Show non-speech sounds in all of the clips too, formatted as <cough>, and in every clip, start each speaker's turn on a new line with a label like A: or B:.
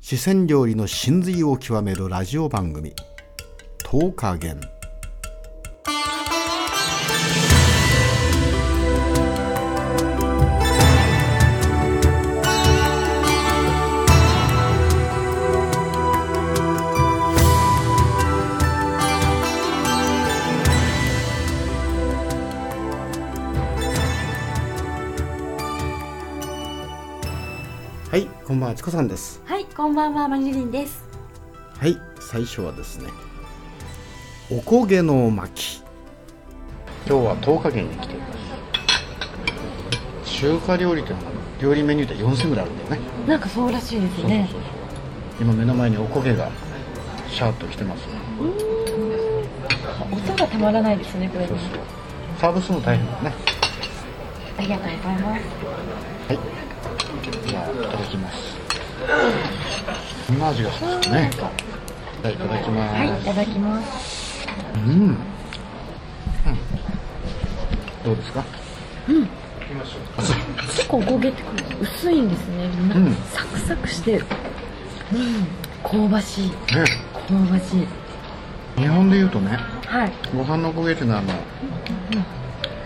A: 四川料理の真髄を極めるラジオ番組「10日元」はいこんばんはチコさんです
B: はい、こんばんは、マリリンです。
A: はい最初はですね「おこげの巻」今日は10日元に来ています中華料理というのは料理メニューで4000ぐらいあるんだよね
B: なんかそうらしいです
A: そうそう
B: ね。
A: そう今目の前におこげがシャーッと来てますね
B: 音がたまらないですね、これ
A: そうそうサーブするの大変だね
B: ありがとうございます。
A: はいじゃあいただきます今味がしますねじゃあいただきます、
B: はい、いただきます。
A: うん、うん、どうですか
B: 結構おこげってこう薄いんですね。なん
A: うん
B: かサクサクして、うん、香ばしい、
A: ね
B: 香ばしい。
A: 日本で言うとね
B: はい。
A: ご飯のおこげっていうのはあの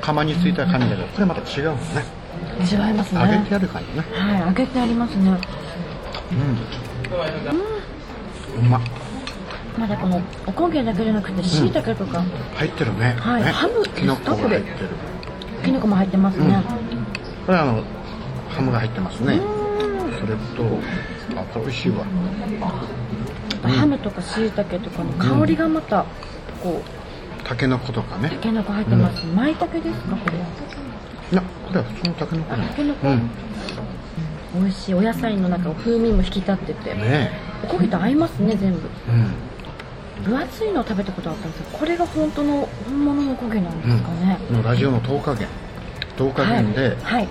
A: 釜についた感じだけどこれまた違うのね
B: 違いますね。
A: 揚げてある感じね
B: はい、揚げてありますね。
A: うま
B: まだこのおこげだけじゃなくて、椎茸とか、
A: 入ってるね
B: はい
A: ね
B: ハム
A: きのこが入ってる
B: きのこも入ってますね。
A: これはあのハムが入ってますねそれとあこれ美味しいわ
B: ハムとか椎茸とかの香りがまた、こう、
A: たけのことかね
B: たけのこ入ってます。舞茸ですか、これは。
A: いやこれは普通のたけのこ
B: あ
A: ね
B: たけのこ
A: うん
B: 美味しいお野菜の中を風味も引き立ってて、
A: ね
B: おこげと合いますね全部
A: えうん
B: 分厚いのを食べたことあったんですけどこれが本当の本物のおこげなんですかね、
A: このラジオの10日限10日
B: はい
A: 限で
B: はい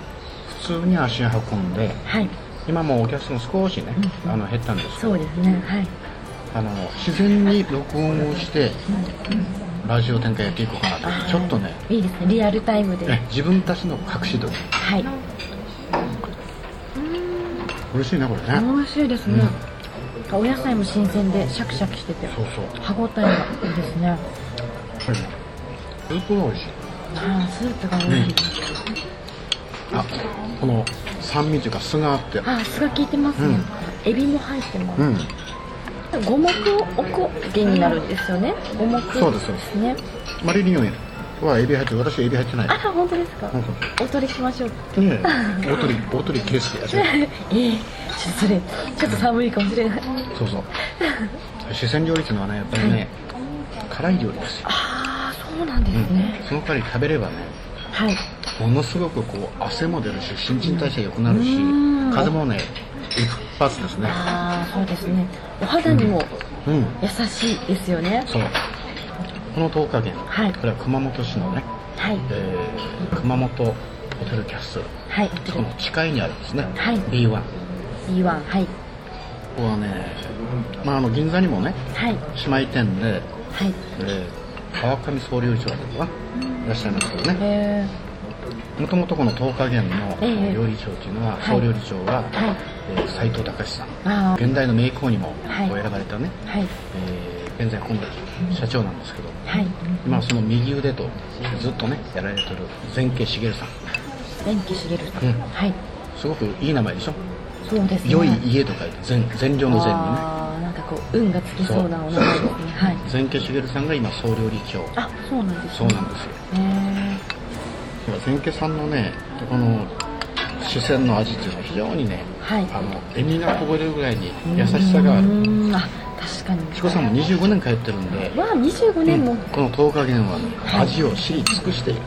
A: 普通に足を運んで
B: はい
A: 今もうお客さん少しねあの減ったんですけど
B: そうですねはい
A: あの自然に録音をしてラジオ展開やっていこうかなとちょっとね
B: いいですねリアルタイムで
A: え自分たちの隠し撮り
B: はい
A: 嬉しいねこれ
B: 美
A: ね
B: 味しいですね、お野菜も新鮮でシャキシャキしてて
A: そうそう
B: 歯ごたえがいいですね
A: これねスープが美味しい
B: あースープが美味しい、
A: あこの酸味というか酢があって
B: あー酢が効いてますね、
A: うん
B: エビも入ってます、
A: うん
B: 五目おこげになるんですよね五目
A: そうですそうです
B: ね
A: マリリンはエビ入ってる私エビ入ってない
B: あ、本当ですか
A: うん。
B: お取りしましょう。
A: ねえ大鳥大鳥圭介やし
B: ええ、ちょっとそれ、ちょっと寒いかもしれない。
A: そうそう四川料理っていうのはねやっぱりね辛い料理ですよ、
B: ああ、そうなんですね。
A: その代わり食べればね
B: はい。
A: ものすごくこう汗も出るし新陳代謝良くなるし
B: うん
A: 風邪もね一発ですね
B: ああ、そうですね。お肌にも
A: うん
B: 優しいですよね。
A: そうこの10日間、
B: はい
A: これは熊本市のね、
B: はい。
A: えー熊本ホテルキャッスル
B: はい。
A: そこの地下にあるんですね、
B: はい
A: B1 こ
B: いいわ。はい。
A: こはね、まあ、あの銀座にもね
B: はい。
A: 姉妹店で、
B: はい。
A: えー川上総料理長だったかないらっしゃいますけどね
B: え
A: もともとこの東華源
B: え
A: の
B: え
A: 料理長っていうのは、
B: い
A: 総料理長は、
B: はい
A: えー斉藤隆さん
B: ー、あ
A: 現代の名工にも
B: はい
A: こう選ばれたね、
B: あ、はい。
A: えー現在今度社長なんですけど
B: はい。
A: 今はその右腕とずっとねやられてる前家茂さん
B: 電気しげる。
A: うん
B: はい。
A: すごくいい名前でしょ
B: そうですね。
A: 良い家と書いて善善良の善にね
B: ああ、なんかこう、運がつきそうなお名前ですね。はい。
A: 前家茂さんが今総料理長
B: あ、そうなんです
A: そう
B: ね。
A: なんですよ
B: え
A: ほら前家さんのねこの主戦の味っていうのは非常にね、
B: はい
A: あの塩味がこぼれるぐらいに
B: ー
A: 優しさがあ
B: う
A: る
B: ーん、あ、確かに。
A: チコさんも25年通ってるんで、
B: わあ25年も、
A: この10日限はね味を知り尽くしている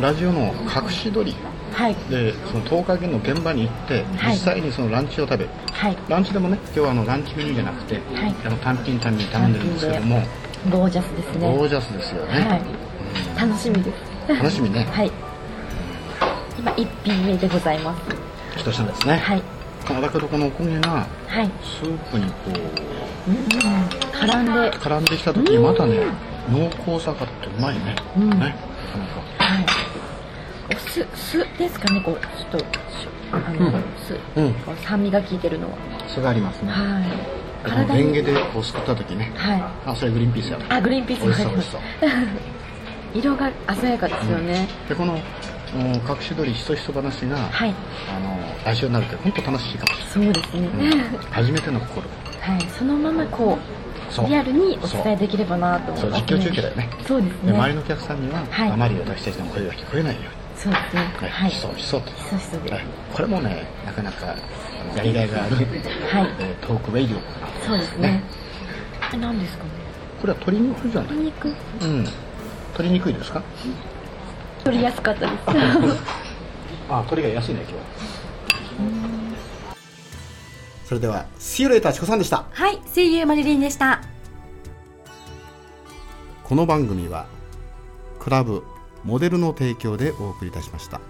A: ラジオの隠し撮り
B: はい
A: でその10日限の現場に行って
B: はい
A: 実際にそのランチを食べる、
B: はい
A: ランチでもね今日はあのランチメニューじゃなくて、
B: い
A: あの単品単品頼んでるんですけども
B: ゴージャスですね
A: ゴージャスですよね、
B: はい楽しみです
A: 楽しみね
B: はい今一品目でございます
A: 一品ですね、
B: はい
A: このだけどこのお米が
B: はい
A: スープにこう
B: 絡んではい
A: 絡んできた時にまたね濃厚さがあってうまいね、
B: うん
A: ねなかなか
B: お酢酢ですかねこうちょっとしょあの、
A: うん
B: 酢
A: うん
B: こう酸味が効いてるのは
A: それありますね
B: はい
A: この
B: 体
A: レン
B: に
A: ゲでこうすくった時ね
B: はい
A: あそれグリーンピースや
B: あグリーンピース
A: 美
B: も
A: 味し
B: 入っ
A: そう
B: て
A: 美
B: ま
A: 味し
B: す
A: そう <laughs>
B: 色が鮮やかですよね、
A: でこのうん隠し撮りひそひそ話が、
B: はい
A: あの来週になるって本当楽しいかもし
B: そうですね、
A: れない、うん初めての心
B: はいそのままこ
A: そう
B: うリアルにお伝えできればなと思
A: そ
B: っ
A: う
B: て
A: 実況中継だよね
B: そうです
A: で
B: ね
A: 周りのお客さんには、
B: はい
A: あまり私たちの声が聞こえないよ
B: そうですね
A: うに、
B: はい
A: ひそひそと、
B: そうですそうです
A: はいこれもねなかなかあのやりがいがある、
B: はい
A: えートークウェイオ
B: そうですね
A: ね
B: え何ですかね
A: これは鶏肉じゃない
B: 鶏肉
A: うん取りにくいですか
B: 取りやすかったです
A: <laughs> あ鶏が安いね今日
C: それでは、See you later チコさんでした。
D: はい、声優マリリンでした。
C: この番組は、クラブ、モデルの提供でお送りいたしました。